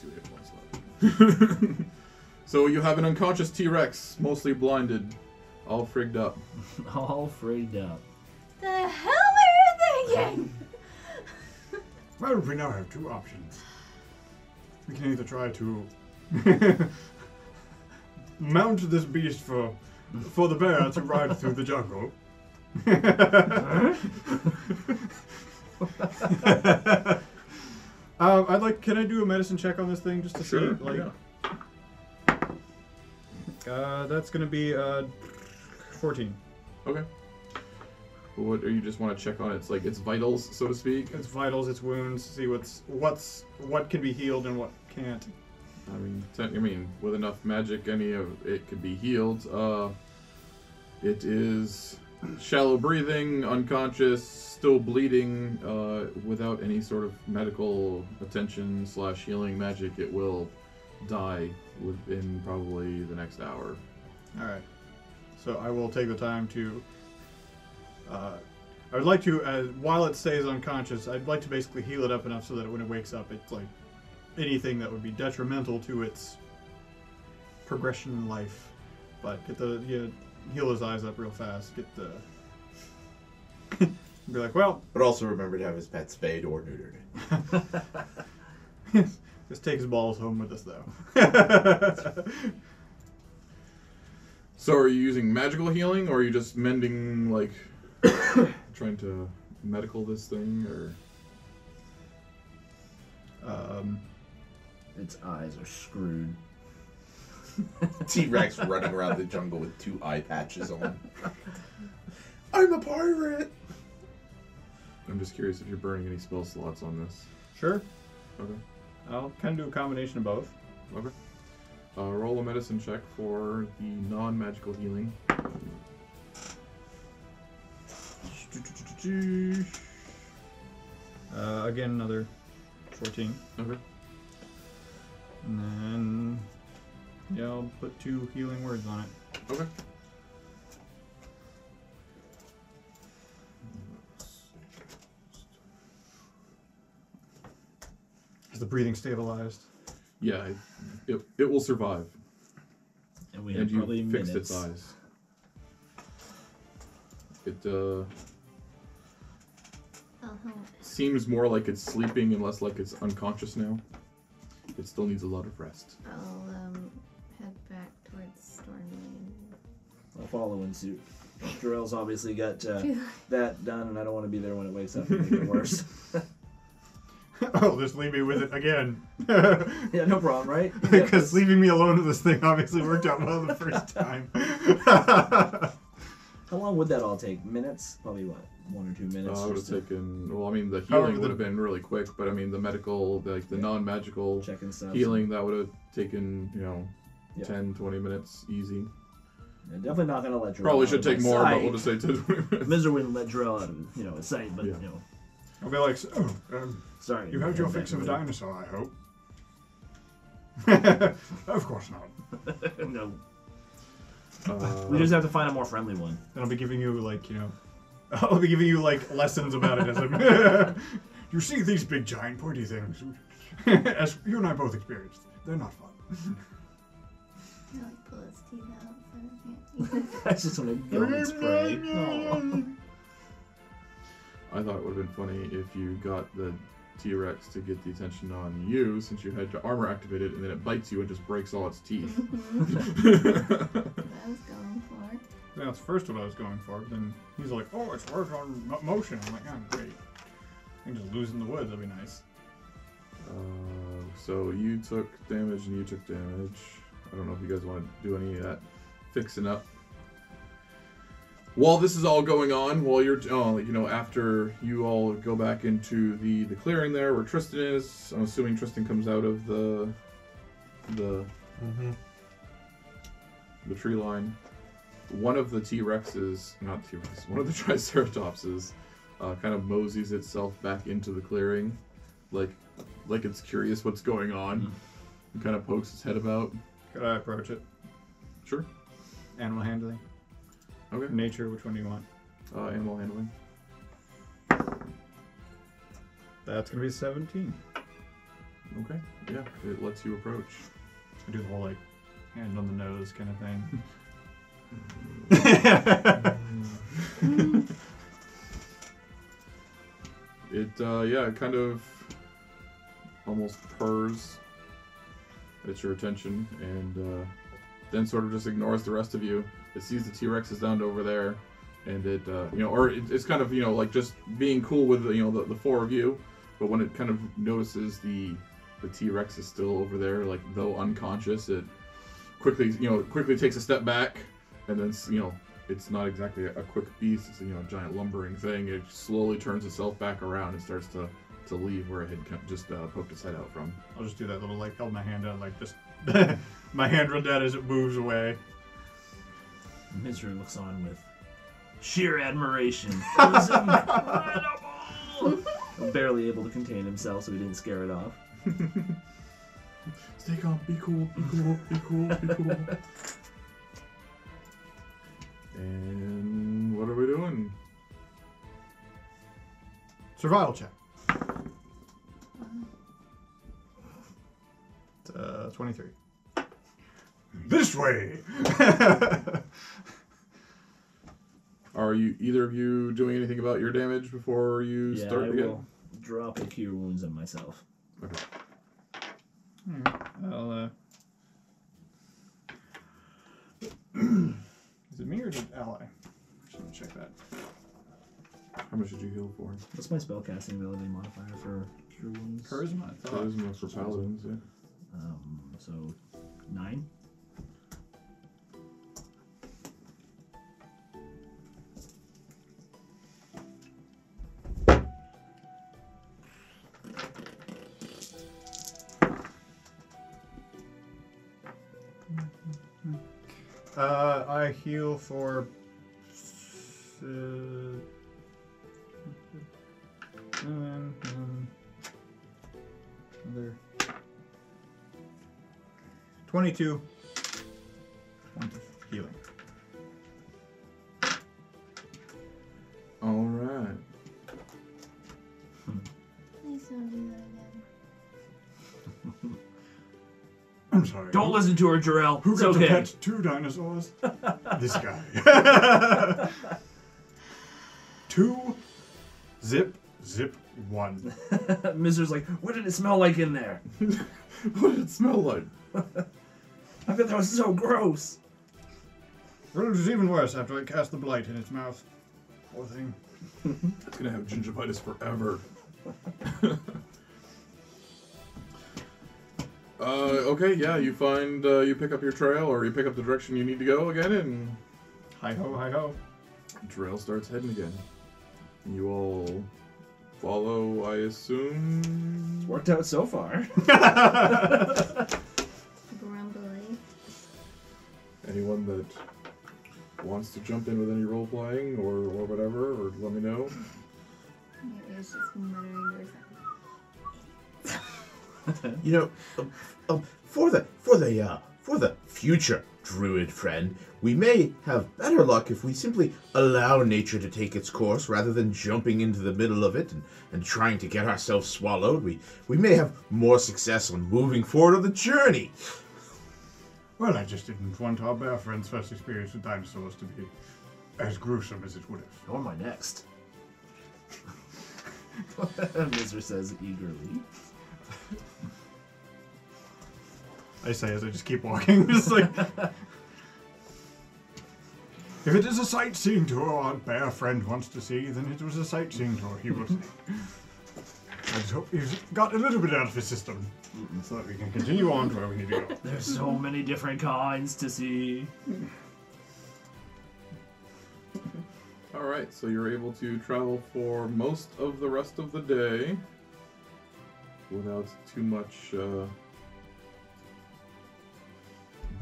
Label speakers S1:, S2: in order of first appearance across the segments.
S1: two hit points left. so you have an unconscious T Rex, mostly blinded, all frigged up.
S2: All freaked out.
S3: The hell are you thinking?
S4: Well, we now have two options. We can either try to mount this beast for for the bear to ride through the jungle. um, I'd like. Can I do a medicine check on this thing just to see? Like,
S1: yeah.
S4: uh, that's gonna be uh, fourteen.
S1: Okay. What? Or you just want to check on its like its vitals, so to speak?
S4: Its vitals, its wounds. See what's what's what can be healed and what can't.
S1: I mean, te- I mean, with enough magic, any of it could be healed. Uh, it is shallow breathing, unconscious, still bleeding. Uh, without any sort of medical attention slash healing magic, it will die within probably the next hour.
S4: All right. So I will take the time to. Uh, I would like to, uh, while it stays unconscious, I'd like to basically heal it up enough so that when it wakes up, it's like anything that would be detrimental to its progression in life. But get the yeah, heal his eyes up real fast. Get the. be like, well,
S5: But also remember to have his pet spayed or neutered.
S4: this takes balls home with us though.
S1: So, are you using magical healing, or are you just mending, like, trying to medical this thing, or?
S4: um,
S2: Its eyes are screwed.
S5: T Rex running around the jungle with two eye patches on. I'm a pirate!
S1: I'm just curious if you're burning any spell slots on this.
S4: sure.
S1: Okay.
S4: I'll kind of do a combination of both.
S1: Okay. Uh, roll a medicine check for the non-magical healing.
S4: Uh, again, another 14.
S1: Okay.
S4: And then, yeah, I'll put two healing words on it.
S1: Okay.
S4: Is the breathing stabilized?
S1: Yeah, it, it, it will survive.
S2: And we
S1: and
S2: have
S1: you
S2: probably
S1: fixed
S2: minutes.
S1: its eyes. It uh,
S3: I'll help.
S1: seems more like it's sleeping and less like it's unconscious now. It still needs a lot of rest.
S3: I'll um, head back towards Stormlane.
S2: I'll follow in suit. Jarrell's obviously got uh, that done, and I don't want to be there when it wakes up and make it worse.
S4: oh, just leave me with it again.
S2: yeah, no problem, right? You got
S4: Because
S2: this.
S4: leaving me alone with this thing obviously worked out well the first time.
S2: How long would that all take? Minutes? Probably what? One or two minutes?
S1: Uh, I would have
S2: just to
S1: taken. Well, I mean, the
S4: However,
S1: healing
S4: the-
S1: would have been really quick, but I mean, the medical, like the non-magical
S2: check and stuff.
S1: healing, that would have taken you know,
S2: Yeah.
S1: ten, twenty 10, 20 minutes easy.
S2: Yeah, definitely not gonna let Jarrell.
S1: Probably
S2: out
S1: should
S2: of my
S1: take more, but
S2: sight.
S1: we'll just say 10, 20 minutes.
S2: Miser wouldn't let Jarrell out of you know his sight, but
S1: Yeah.
S2: you know,
S4: I'll be like, oh, um,
S2: sorry.
S4: you had your
S2: Back
S4: fix of a
S2: away.
S4: dinosaur, I hope. of course not.
S2: no,
S1: Uh,
S2: we just have to find a more friendly one.
S4: Then I'll be giving you like you know, I'll be giving you like lessons about it as I'm. you see these big giant pointy things, as you and I both experienced. They're not fun.
S3: I'll like, pull his teeth out so I can't eat.
S2: That's just gonna go and spray. Aw.
S1: I thought it would have been funny if you got the T Rex to get the attention on you since you had your armor activated and then it bites you and just breaks all its teeth.
S3: That's what I was going for.
S4: Yeah, That's first what I was going for. but Then he's like, "Oh, it's worth on mo- motion." I'm like, "Oh, great." I can just lose in the woods. That'd be nice.
S1: uh, so you took damage and you took damage. I don't know if you guys want to do any of that fixing up. While this is all going on, while you're, oh, you know, after you all go back into the the clearing there where Tristan is, I'm assuming Tristan comes out of the the the tree line. One of the T Rexes, not T Rexes, one of the Triceratopses, uh, kind of moseys itself back into the clearing, like like it's curious what's going on. And kind of pokes its head about.
S4: Could I approach it?
S1: Sure.
S4: Animal handling,
S1: Okay.
S4: nature. Which one do you want?
S1: Uh, animal handling.
S4: That's gonna be 17.
S1: Okay. Yeah, it lets you approach.
S4: I do the whole like hand on the nose kind of thing.
S1: It uh, yeah, it kind of almost purrs at your attention and uh, then sort of just ignores the rest of you. It sees the T Rex is down over there, and it uh, you know, or it, it's kind of you know like just being cool with you know the, the four of you, but when it kind of notices the the T Rex is still over there, like though unconscious, it quickly you know quickly takes a step back, and then you know it's not exactly a quick beast. It's a, you know a giant lumbering thing. It slowly turns itself back around and starts to to leave where it had come, just uh, poked its head out from.
S4: I'll just do that little like held my hand out like just my hand run down as it moves away.
S2: Misery looks on with sheer admiration. It was incredible. Barely able to contain himself, so he didn't scare it off.
S1: Stay calm. Be cool. Be cool. Be cool. Be cool. and what are we doing?
S4: Survival check. Uh, 23. This way!
S1: Are you either of you doing anything about your damage before you
S2: Yeah,
S1: start
S2: I
S1: again?
S2: will drop a cure wounds on myself.
S4: I'll, uh... is it me or is it ally? Should we check that?
S1: How much did you heal for?
S2: What's my spellcasting ability modifier for cure wounds?
S4: Charisma, I thought.
S1: Charisma for paladins. Yeah.
S2: Um, so nine.
S4: Uh, I heal for. Uh, and then, um, another 22 points of healing.
S1: All right.
S3: Please don't do that again.
S4: I'm sorry.
S2: listen to her, Jarrell.
S4: Who
S2: It's
S4: got
S2: okay.
S4: to pet two dinosaurs? this guy. two, zip, zip, one.
S2: Miser's like, what did it smell like in there?
S1: what did it smell like?
S2: I bet that was so gross.
S4: Well, it was even worse after I cast the blight in its mouth. Poor thing.
S1: It's gonna have gingivitis forever. uh, okay, yeah, you find uh, you pick up your trail, or you pick up the direction you need to go again, and
S4: Hi ho, hi ho.
S1: trail starts heading again. You all follow, I assume.
S2: Worked out so far.
S3: Grumbly.
S1: Anyone that wants to jump in with any role playing or, or whatever, or let me know.
S3: Your ears just muttering to herself.
S5: You know, um, um, for the for the uh, for the future druid friend, we may have better luck if we simply allow nature to take its course rather than jumping into the middle of it and, and trying to get ourselves swallowed. We we may have more success on moving forward on the journey.
S4: Well, I just didn't want our bear friend's first experience with dinosaurs to be as gruesome as it would have.
S2: Or my next. Miser says eagerly.
S4: I say as I just keep walking. just like. If it is a sightseeing tour our bear friend wants to see, then it was a sightseeing tour he will see. I just hope he's got a little bit out of his system so that we can continue on to where we need to go.
S2: There's so many different kinds to see.
S1: All right, so you're able to travel for most of the rest of the day without too much uh,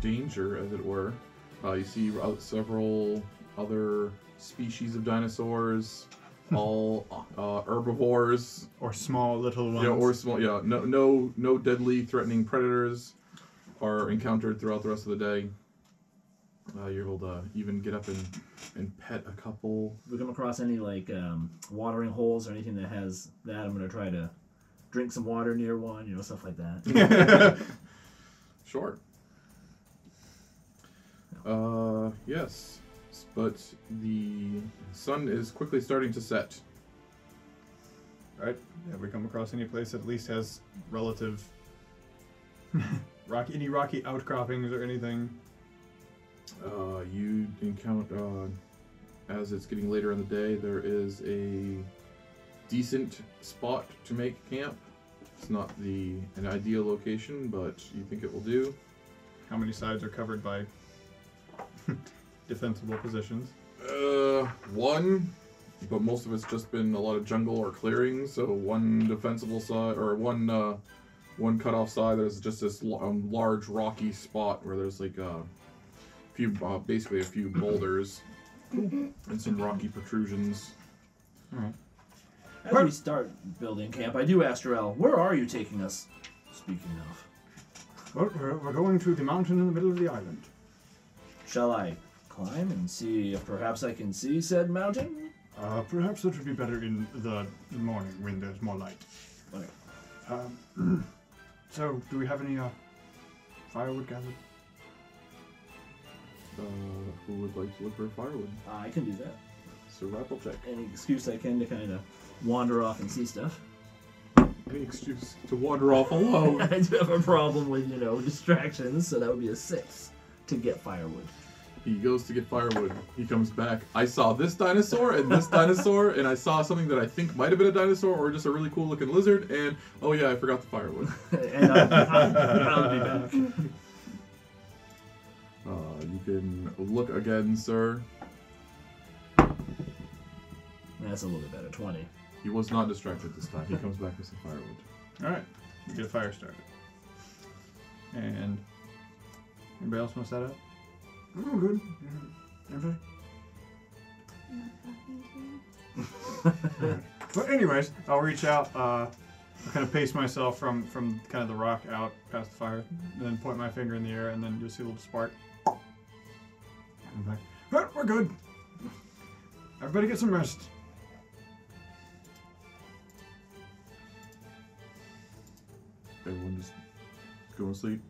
S1: danger, as it were. Uh, you see o- several other species of dinosaurs, all uh, herbivores,
S4: Or small little ones.
S1: yeah, or small. Yeah, no, no, no deadly, threatening predators are encountered throughout the rest of the day. Uh, you're able to even get up and, and pet a couple
S2: If we come across any like um, watering holes or anything that has that, I'm gonna try to drink some water near one, you know, stuff like that.
S1: Sure. Uh, yes, S- but the sun is quickly starting to set.
S4: Alright, have we come across any place that at least has relative rocky, any rocky outcroppings or anything?
S1: Uh, you encounter, uh, as it's getting later in the day, there is a decent spot to make camp. It's not the an ideal location, but you think it will do.
S4: How many sides are covered by defensible positions?
S1: Uh, one, but most of it's just been a lot of jungle or clearings. So one defensible side or one uh, one cut off side. There's just this l- um, large rocky spot where there's like a few, uh, basically a few boulders and some rocky protrusions.
S2: As we start building camp, I do ask Jarell, where are you taking us? Speaking of,
S4: Well, we're, we're going to the mountain in the middle of the island.
S2: shall I climb and see if perhaps I can see said mountain?
S4: Uh, perhaps that would be better in the morning when there's more light.
S2: Like,
S4: So, do we have any uh, firewood gathered?
S1: Uh, who would like to look for firewood?
S2: I can do that.
S1: Survival check.
S2: Any excuse I can to kind of wander off and see stuff.
S1: Any excuse to wander off alone.
S2: I do have a problem with, you know, distractions, so that would be a six to get firewood.
S1: He goes to get firewood. He comes back. I saw this dinosaur and this dinosaur, and I saw something that I think might have been a dinosaur or just a really cool looking lizard. And oh yeah, I forgot the firewood.
S2: and I'll, I'll be back.
S1: Uh, you can look again, sir.
S2: That's a little bit better. 20.
S1: He was not distracted this time. He comes back with some firewood.
S4: All right, we get a fire started. And anybody else want to set up? Oh, good. Everybody.
S3: Not talking to you.
S4: But anyways, I'll reach out. Uh, I kind of pace myself from from kind of the rock out past the fire, and then point my finger in the air, and then you'll see a little spark. And I'm like, but we're good. Everybody get some rest.
S1: Everyone just go to sleep.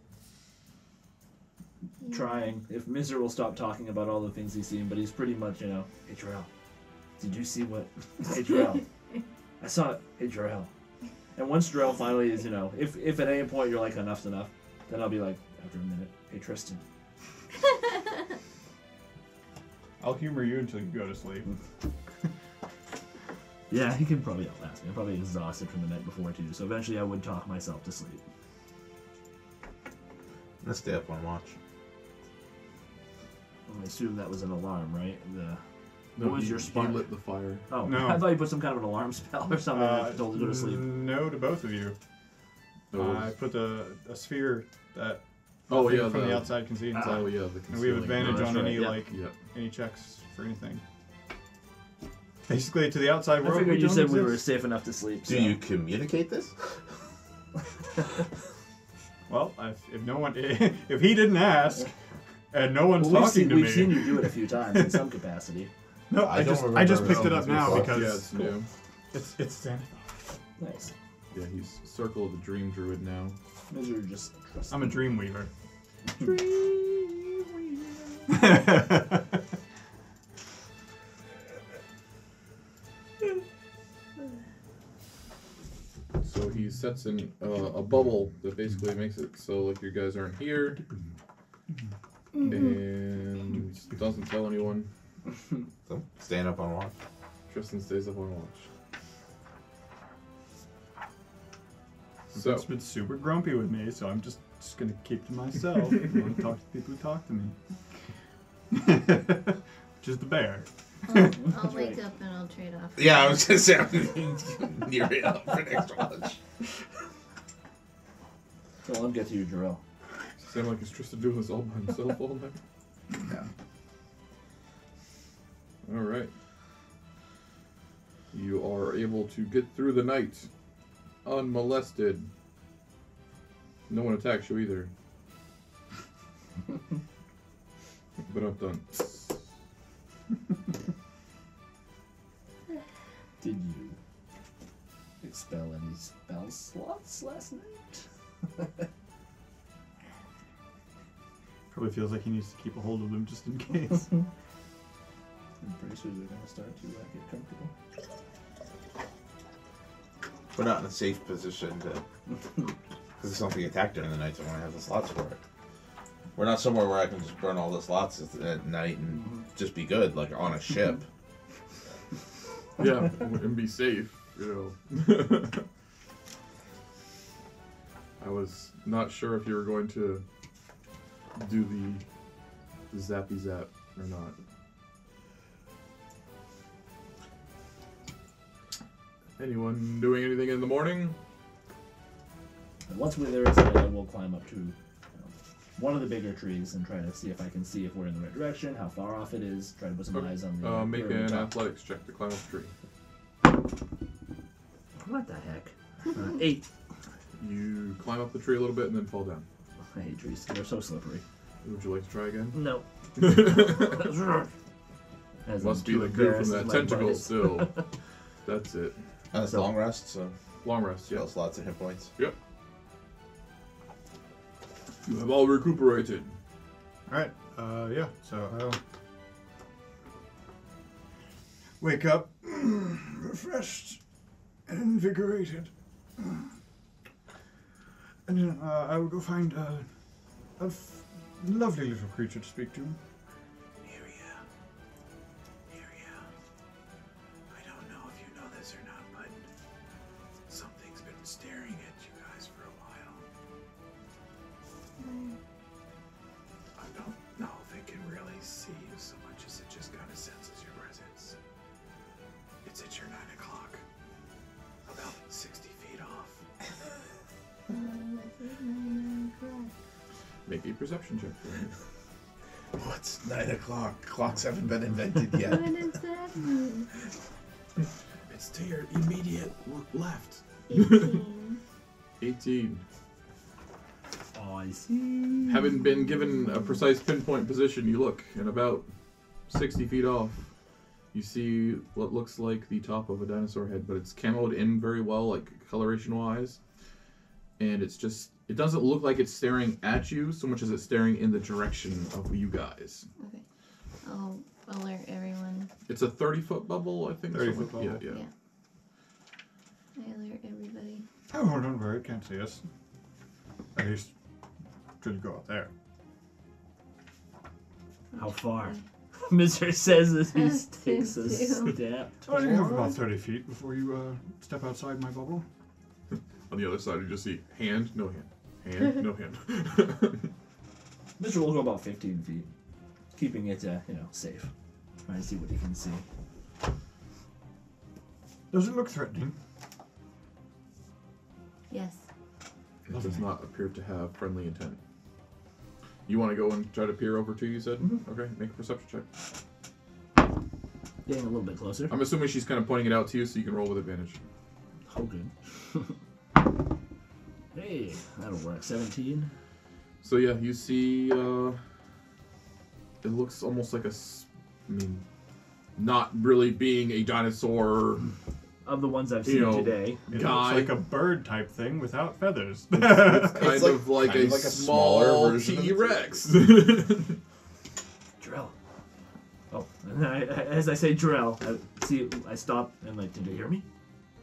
S2: Trying. If Miser will stop talking about all the things he's seen, but he's pretty much, you know, hey, Jarell, did you see what? Hey, Jarell, I saw it. Hey, Jarell. And once Jarell finally is, you know, if, if at any point you're like, enough's enough, then I'll be like, after a minute, hey, Tristan,
S4: I'll humor you until you go to sleep.
S2: Yeah, he can probably outlast me. I'm probably exhausted from the night before too, so eventually I would talk myself to sleep.
S5: Let's stay up on watch.
S2: I assume that was an alarm, right? The
S1: No,
S2: what was
S1: he-
S2: your spark?
S1: He lit the fire.
S2: oh,
S4: No.
S2: I thought you put some kind of an alarm spell or something
S4: Uh,
S2: that told you to go to sleep.
S4: No to both of you.
S1: No,
S4: Uh,
S1: it
S4: I
S1: was-
S4: put a, a sphere that
S1: oh
S4: nothing
S1: yeah,
S4: from the,
S1: the-
S4: outside can see inside.
S1: Oh yeah, the
S4: and we have
S1: concealing.
S4: advantage
S2: that's
S4: on
S2: right,
S4: any
S2: yeah.
S4: like
S1: Yep.
S4: any checks for anything. Basically, to the outside world,
S2: I figured
S4: we
S2: you
S4: don't
S2: said we were
S4: exist.
S2: safe enough to sleep.
S5: Do
S2: so-
S5: you communicate this?
S4: Well, if, if no one, if he didn't ask, and no one's
S2: Well, we've
S4: talking
S2: seen,
S4: to
S2: we've
S4: me,
S2: seen you do it a few times in some capacity.
S4: no, I,
S5: I don't
S4: just I
S5: remember
S4: just picked it
S5: it
S4: up now
S5: before.
S1: Yeah,
S4: because
S1: it's new.
S4: it's it's standing.
S2: Nice.
S1: Yeah, he's circle of the dream druid now.
S2: Misery just trust
S4: I'm a dream weaver.
S1: So he sets in uh, a bubble that basically makes it so like you guys aren't here, and doesn't tell anyone.
S5: So, staying up on watch.
S1: Tristan stays up on watch. So
S4: It's been super grumpy with me, so I'm just just gonna keep to myself. I want to talk to people who talk to me, which is the bear.
S3: I'll, I'll wake
S2: right.
S3: up and I'll trade off.
S5: Yeah, I was gonna say I'm near it up for next watch.
S2: Well, I'll get to you, Jarrell.
S1: sound like is Tristan doing this all by himself all night?
S5: Yeah.
S1: All right. You are able to get through the night unmolested. No one attacks you either. but I'm done.
S2: Did you expel any spells? some slots last night.
S4: Probably feels like he needs to keep a hold of them just in case.
S2: I'm pretty sure they're gonna start to uh, get comfortable.
S5: We're not in a safe position to. Because if something attacked during the night, so I want to have the slots for it. We're not somewhere where I can just burn all the slots at, at night and just be good, like on a ship.
S1: Yeah, and be safe, you know. I was not sure if you were going to do the, the zappy zap or not. Anyone doing anything in the morning?
S2: And once we're there, so I will climb up to you know, one of the bigger trees and try to see if I can see if we're in the right direction, how far off it is. Try to put some
S1: Okay.
S2: eyes on the.
S1: Uh, make
S2: where we
S1: an
S2: talk.
S1: athletics check to climb up a tree.
S2: What the heck? Uh, eight.
S1: You climb up the tree a little bit and then fall down.
S2: I hate trees. They're so slippery.
S1: Would you like to try again?
S2: No. As
S1: Must
S2: I'm
S1: be
S2: too
S1: the goo from
S2: embarrassed
S1: that
S2: with my
S1: tentacle
S2: buttons.
S1: still. That's it.
S5: And it's long rest, so
S1: Long rest, yes.
S5: yes, lots of hit points.
S1: Yep. You have all recuperated.
S4: Alright, uh, yeah, so I'll wake up refreshed and invigorated. And then uh, I will go find uh, a f- lovely little creature to speak to.
S6: Area. Area. I don't know if you know this or not, but something's been staring at you guys for a while.
S1: Hmm.
S6: I don't know if it can really see you so much as it just kind of senses your presence. It's at your 9 o'clock, about 60 feet off.
S3: Um, I think nine, nine o'clock.
S1: Make a perception check. for me.
S5: What's nine o'clock? Clocks haven't been invented yet.
S3: What does that mean?
S6: It's to your immediate left.
S3: 18.
S1: 18.
S2: Oh, I see.
S1: Having been given a precise pinpoint position, you look, and about 60 feet off, you see what looks like the top of a dinosaur head, but it's camoed in very well, like coloration wise. And it's just, it doesn't look like it's staring at you so much as it's staring in the direction of you guys.
S3: Okay. I'll alert everyone.
S1: It's a 30 foot bubble, I think.
S4: 30
S1: something-
S4: foot bubble.
S1: Yeah, yeah.
S3: I alert everybody.
S4: Oh, don't worry, it can't see us. At least, till you go out there.
S2: How far? Mister says as he takes a
S3: Two.
S2: step.
S4: Oh, you have about
S2: toward-
S4: 30 feet before you uh, step outside my bubble.
S1: On the other side, you just see hand, no hand, hand, no hand.
S2: Mr. will go about 15 feet, keeping it, uh, you know, safe. Trying to see what he can see.
S4: Does it look threatening?
S3: Yes.
S1: it does not appear to have friendly intent. You want to go and try to peer over too? You said,
S5: Mm-hmm.
S1: okay. Make a perception check.
S2: Getting a little bit closer.
S1: I'm assuming she's kind of pointing it out to you, so you can roll with advantage.
S2: Oh, good. hey, that'll work. 17.
S1: So yeah, you see, uh, it looks almost like a, s- I mean, not really being a dinosaur
S2: Of the ones I've
S1: You
S2: seen
S1: know,
S2: today,
S4: It
S1: guy.
S4: looks like a bird type thing without feathers.
S1: kind
S5: It's like-
S1: of like,
S5: kind
S1: a
S5: of like a smaller
S1: small
S5: version of-
S1: T Rex.
S2: Drell. Oh, and I, I- as I say Drell, I, see, I stop and like, did you hear me?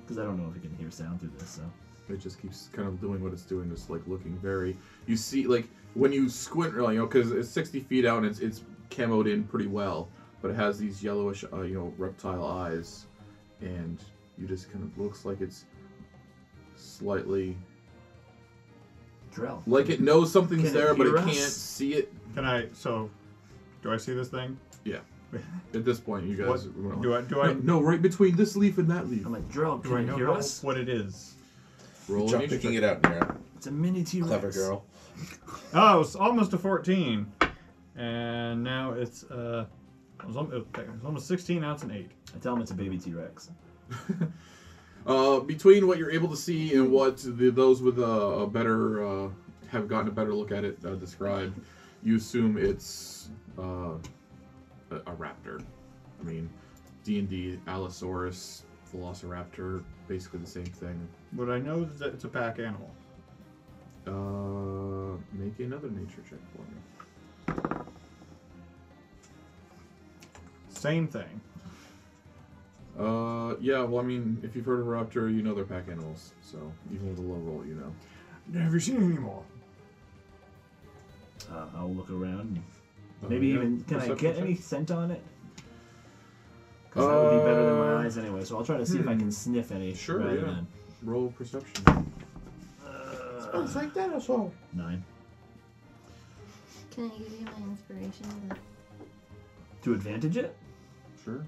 S2: Because I don't know if I can hear sound through this. So
S1: It just keeps kind of doing what it's doing, just like looking very. You see, like when you squint, you know, because it's sixty feet out and it's it's camoed in pretty well, but it has these yellowish, uh, you know, reptile eyes, and you just kind of looks like it's slightly
S2: Drell.
S1: like it knows something's
S2: Can it
S1: there, but it
S2: hear
S1: can't
S2: us?
S1: see it.
S4: Can I? So, do I see this thing?
S1: Yeah. At this point, you guys.
S4: What-
S1: we're not-
S4: do I- do
S1: no,
S4: I-
S1: no, right between this leaf and that leaf.
S2: I'm like Drell. Can
S4: Do I
S2: you
S4: know
S2: hear
S4: how-
S2: us?
S4: what it is?
S1: Roll
S5: Jump
S1: an
S5: picking
S1: nature
S5: it out, Mira.
S2: It's a mini T Rex.
S5: Clever girl.
S4: Oh, it's almost a 14, and now it's uh, it was al- it was almost 16. Now it's an eight.
S2: I tell him it's a baby T Rex.
S1: Uh, between what you're able to see and what the, those with a, a better uh, have gotten a better look at it uh, describe, you assume it's uh, a, a raptor. I mean, D and D Allosaurus Velociraptor, basically the same thing.
S4: But I know that it's a pack animal.
S1: Uh, make another nature check for me.
S4: Same thing.
S1: Uh, yeah, well, I mean, if you've heard of Raptor, you know they're pack animals, so even with a low roll, you know.
S4: Never seen any more.
S2: Uh, I'll look around.
S4: Oh,
S1: Uh,
S2: Maybe
S1: yeah,
S2: even can I
S1: perception
S2: get
S1: check.
S2: any scent on it? Because that would be better than
S1: Uh,
S2: my eyes anyway. So I'll try to see
S4: hmm.
S2: if I can sniff any.
S1: Sure,
S2: rather
S1: yeah.
S2: than-
S1: Roll perception.
S5: It's like dinosaur.
S2: nine
S3: Can I give you my inspiration to the
S2: to advantage it.
S1: Sure.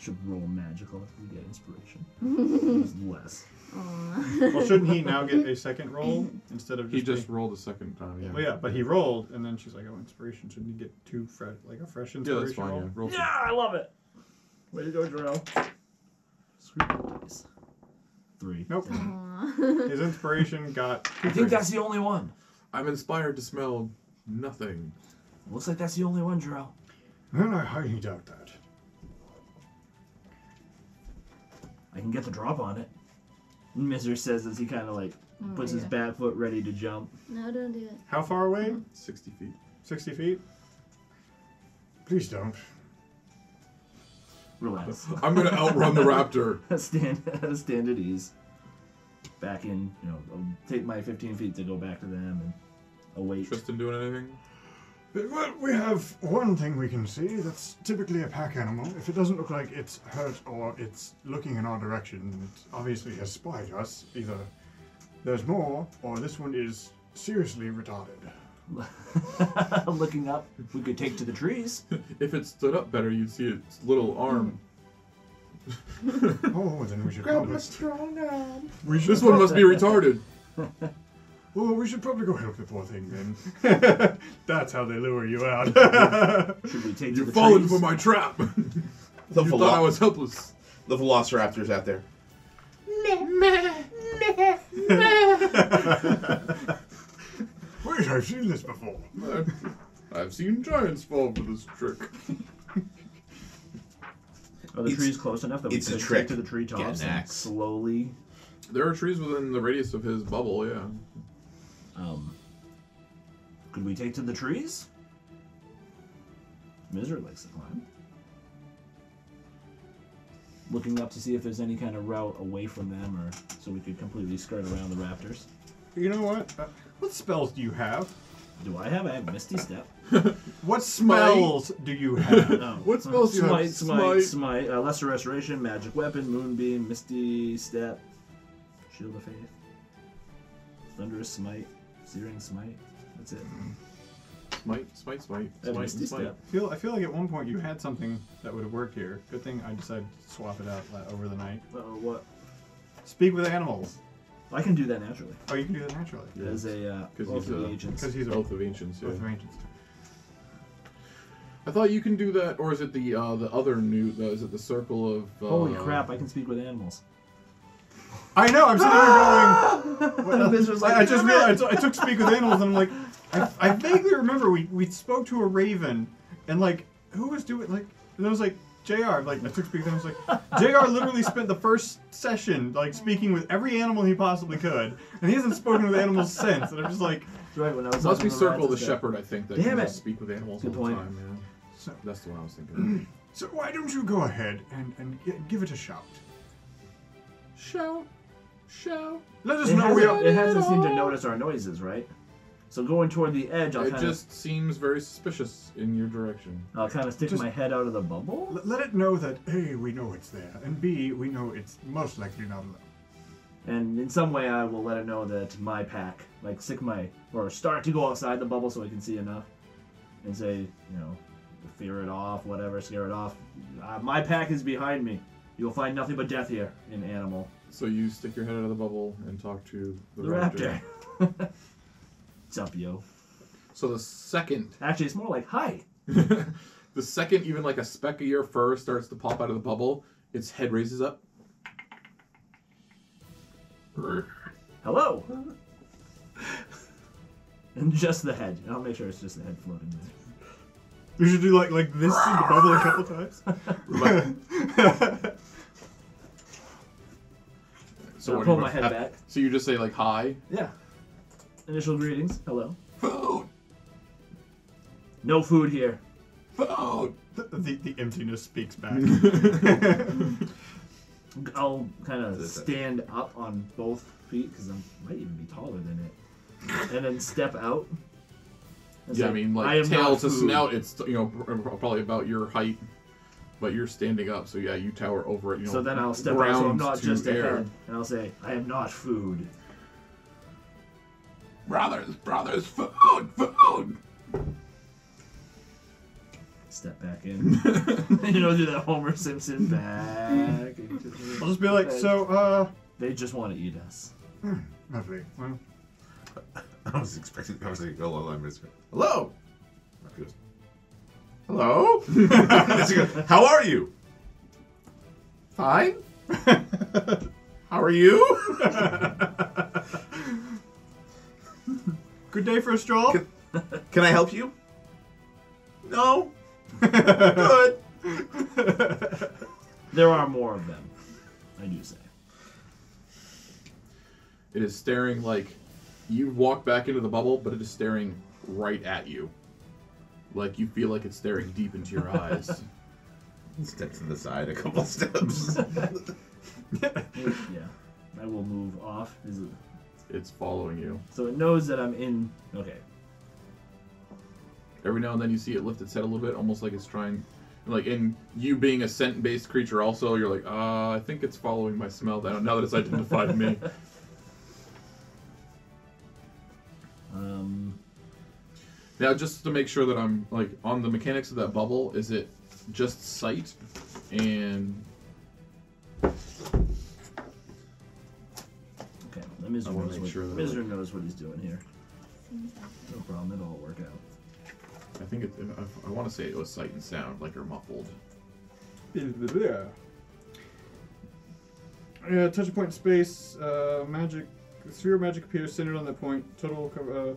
S2: Should roll magical if we get inspiration. Use less.
S3: Aw.
S4: Well, shouldn't he now get a second roll instead of
S1: He
S4: just?
S1: just
S4: being-
S1: rolled a second time, yeah.
S4: Well, yeah, but he rolled, and then she's like, "Oh, inspiration! Shouldn't he get two fresh, like a fresh
S1: Yeah,
S4: inspiration
S1: that's fine,
S4: roll?"
S1: yeah. Roll two.
S2: I love it. Way to go, Jarrell. Sweet dice. Three.
S4: Nope.
S2: Damn.
S3: Aw.
S4: His inspiration got.
S2: I think that's the only one.
S1: I'm inspired to smell nothing.
S2: Looks like that's the only one, Jarrell.
S4: Then I highly doubt that.
S2: I can get the drop on it. Mister says as he kind of like puts his
S3: yeah.
S2: bad foot ready to jump.
S3: no, don't do it.
S4: How far away?
S1: 60 feet.
S4: Sixty feet. Please don't.
S2: Relax.
S1: I'm gonna outrun the raptor.
S2: stand, stand at ease. Back in, you know, I'll take my 15 feet to go back to them and await.
S1: Tristan doing anything?
S7: Well, we have one thing we can see that's typically a pack animal. If it doesn't look like it's hurt or it's looking in our direction, then it obviously has spied us. Either there's more, or this one is seriously retarded.
S2: Looking up, we could take to the trees.
S1: If it stood up better, you'd see its little arm.
S7: Oh, then we should probably.
S5: strong arm.
S7: We should,
S1: This one must be retarded.
S7: Well, we should probably go help the poor thing then. that's how they lure you out.
S2: Should we take to
S1: You've
S2: the
S1: fallen
S2: trees?
S1: for my trap. you
S5: The,
S1: thought I
S5: velo-
S1: was helpless.
S5: the velociraptor's out there.
S7: Wait, I've seen this before.
S1: I've seen giants fall for this trick.
S2: Are the
S5: It's-
S2: trees close enough that we
S5: it's a
S2: could take
S5: trick.
S2: to the
S5: Get
S2: treetops
S5: an
S2: and
S5: axe.
S2: slowly?
S1: There are trees within the radius of his bubble, yeah.
S2: Um, could we take to the trees? Miser likes to climb. Looking up to see if there's any kind of route away from them, or so we could completely skirt around the raptors.
S4: You know what? Uh, what spells do you have?
S2: Do I have? I have Misty Step.
S4: What smells do you have?
S2: Oh.
S1: What spells do you
S2: smite,
S1: have?
S2: Smite, smite,
S1: Smite.
S2: Uh, lesser restoration, magic weapon, moonbeam, misty step, shield of faith, thunderous smite, searing smite. That's it.
S1: Smite, smite, smite,
S2: I have
S1: smite,
S2: misty
S1: and smite.
S2: step.
S4: I feel, I feel like at one point you had something that would have worked here. Good thing I decided to swap it out la- over the night.
S2: Uh, what?
S4: Speak with animals.
S2: I can do that naturally.
S4: Oh, you can do that naturally.
S1: Yeah.
S2: As a uh,
S1: 'Cause
S2: oath
S1: he's,
S2: of
S1: uh,
S2: allegiance.
S4: Because he's a
S1: Oath of Ancients, yeah.
S4: Oath of Ancients.
S1: I thought you can do that, or is it the uh, the other new? Uh, is it the circle of? Uh,
S2: Holy crap! I can speak with animals.
S4: I know. I'm sitting there going. What
S2: Ah! This was
S4: I-
S2: like,
S4: I just
S2: "Damn it!"
S4: realized I took speak with animals, and I'm like, I, I vaguely remember we we spoke to a raven, and like who was doing like and it was like Jr. Like I took speak with animals. Like Jr. literally spent the first session like speaking with every animal he possibly could, and he hasn't spoken with animals since. And I'm just like,
S2: That's right when I was
S1: Must
S2: on
S1: be
S2: the
S1: Circle the
S2: Razzle Step.
S1: Shepherd, I think, that
S2: Damn
S1: can
S2: it.
S1: just speak with animals
S2: Good
S1: all
S2: point.
S1: the time. Yeah.
S7: So,
S1: That's the one I was thinking.
S7: so why don't you go ahead and, and gi- give it a shout?
S1: show, show.
S7: Let us
S2: It
S7: know we are.
S2: hasn't, it hasn't seemed to notice our noises, right? So going toward the edge, I'll
S1: It
S2: kind of
S1: just seems very suspicious in your direction.
S2: I'll kind of stick
S7: just-
S2: my head out of the bubble.
S7: L- Let it know that A, we know it's there, and B, we know it's most likely not alone.
S2: And in some way, I will let it know that my pack, like, stick my, or start to go outside the bubble so I can see enough and say, you know, fear it off, whatever, scare it off. Uh, my pack is behind me. You'll find nothing but death here in animal.
S1: So you stick your head out of the bubble and talk to the,
S2: The raptor. What's up, yo?
S1: So the second,
S2: Actually, it's more like, hi.
S1: the second, even like a speck of your fur starts to pop out of the bubble, its head raises up.
S2: Hello. And just the head. I'll make sure it's just the head floating there.
S4: You should do like like this to the bubble a couple times.
S1: So
S2: I'll
S1: what do
S2: pull
S1: you
S2: my
S1: want-
S2: head
S1: have-
S2: back.
S1: So you just say like hi.
S2: Yeah. Initial greetings. Hello. No food here.
S7: oh,
S4: the, the, the emptiness speaks back.
S2: I'll kind of
S5: Is it-
S2: stand up on both feet because I might even be taller than it, and then step out. It's
S1: Yeah, I mean like
S2: am
S1: tail
S2: not
S1: to
S2: food.
S1: snout, it's you know pr- pr- probably about your height, but you're standing up, so yeah, you tower over it. You know,
S2: So then I'll step out,
S1: ground
S2: so I'm not
S1: to
S2: just
S1: air.
S2: ahead, and I'll say, "I am not food."
S1: Brothers, brothers, food, food.
S2: Step back in. you know, do that Homer Simpson back. into the-
S4: I'll just be like, so uh,
S2: They just want to eat us.
S7: Lovely. Well,
S5: I was expecting. I was like, hello. I'm just, hello. He goes, hello. He goes, How are you? Fine. How are you?
S4: good day for a stroll.
S5: Good- Can I help you? No. Good.
S2: There are more of them. I do say.
S1: It is staring like you walk back into the bubble, but it is staring right at you. Like you feel like it's staring deep into your eyes.
S5: Steps to the side a couple steps.
S2: Yeah, I will move off. Is it-
S1: It's following you.
S2: So it knows that I'm in. Okay.
S1: Every now and then you see it lift its head a little bit, almost like it's trying. Like, and you being a scent based creature, also, you're like, ah, I think it's following my smell now, now that it's identified me.
S2: Um,
S1: Now, just to make sure that I'm, like, on the mechanics of that bubble, is it just sight and.
S2: okay. The Miz
S1: I wanna
S2: knows
S1: make
S2: what,
S1: sure that
S2: Miz
S1: I-
S2: knows what he's doing here. No problem. It'll all work out.
S1: I think it, I, I want to say it was sight and sound, like, are muffled.
S4: Yeah, touch a point in space, uh, magic, the sphere of magic appears centered on that point, total, co- uh,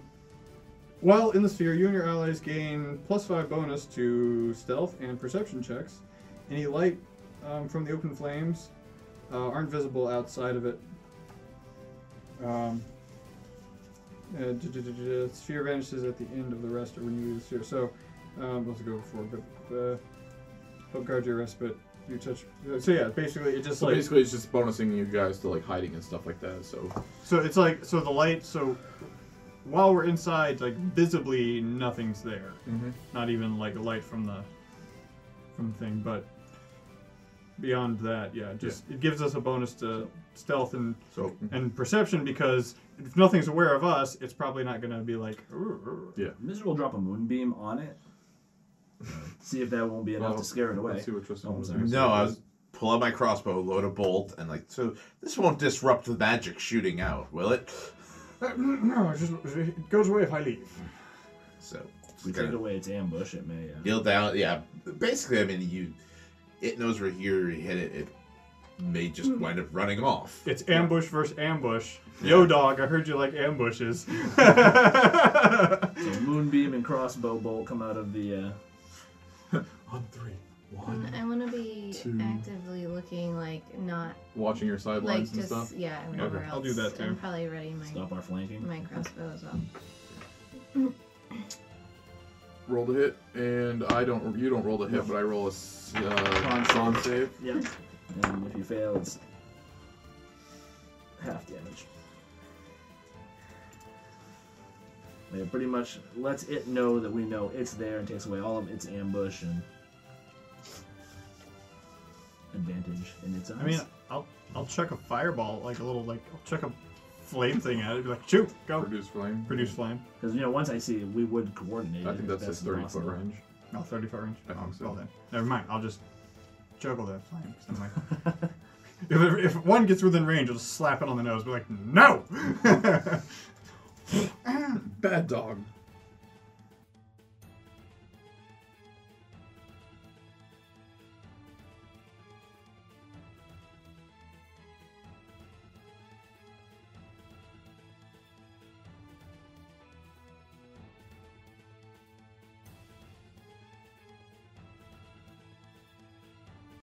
S4: while in the sphere, you and your allies gain plus five bonus to stealth and perception checks. Any light um, from the open flames uh, aren't visible outside of it. Um, uh, duh, duh, duh, duh, duh, sphere vanishes at the end of the rest, or when you leave the sphere. So, um, let's go for it, but uh, help guard your respite. You touch. uh, So yeah, basically it just
S1: So
S4: like
S1: basically, it's just bonusing you guys to, like, hiding and stuff like that, so.
S4: so it's like so the light. So while we're inside, like visibly nothing's there.
S1: Mm-hmm.
S4: Not even like a light from the from the thing, but beyond that, yeah, just it gives us a bonus to stealth and
S5: So
S4: and perception because if nothing's aware of us, it's probably not gonna be like. "Ooh, ooh."
S2: Miz will drop a moonbeam on it. See if that won't be enough
S1: Well,
S2: to scare it away.
S1: Let's see what Tristan
S2: Oh, I'm
S1: was
S2: sorry.
S1: gonna say.
S5: no, I was pull out my crossbow, load a bolt, and like so. This won't disrupt the magic shooting out, will it?
S7: uh, no, it just it goes away if I leave.
S5: So just
S2: We take it
S5: kinda-
S2: away. It's ambush. It may. Uh,
S5: Guild out, yeah. Basically, I mean, you, it knows we're here. You hit it, it may just wind up running off.
S4: It's ambush versus ambush.
S5: Yeah.
S4: Yo, dog, I heard you like ambushes.
S2: so moonbeam and crossbow bolt come out of the. Uh,
S1: On three, one.
S3: I want to be
S1: Two.
S3: actively looking like not
S1: Watching your
S3: like
S1: sidelines
S3: just
S1: and stuff.
S3: yeah wherever
S1: Okay,
S3: else.
S4: I'll do that too.
S3: I'm probably ready my
S2: stop our flanking.
S3: my crossbow as well.
S1: Roll the hit, and I don't. You don't roll the hit, but I roll a s- uh,
S2: Con
S1: con save.
S2: Yeah. And if you fail, it's half damage. And It pretty much lets it know that we know it's there and takes away all of its ambush and advantage in its eyes.
S4: I mean, I'll I'll chuck a fireball, like a little like I'll chuck a flame thing at it, be like, shoot, go,
S1: Reduce flame.
S4: produce flame.
S2: because you know, once I see, it, we would coordinate.
S1: I
S2: it
S1: think
S2: if
S1: that's his thirty foot
S2: possible.
S1: range.
S4: No, 30 foot range.
S1: I think
S4: Oh,
S1: so.
S4: Well then, never mind. I'll just juggle that flame. So I'm like, if, if one gets within range, I'll just slap it on the nose. Be like, no.
S1: Bad dog.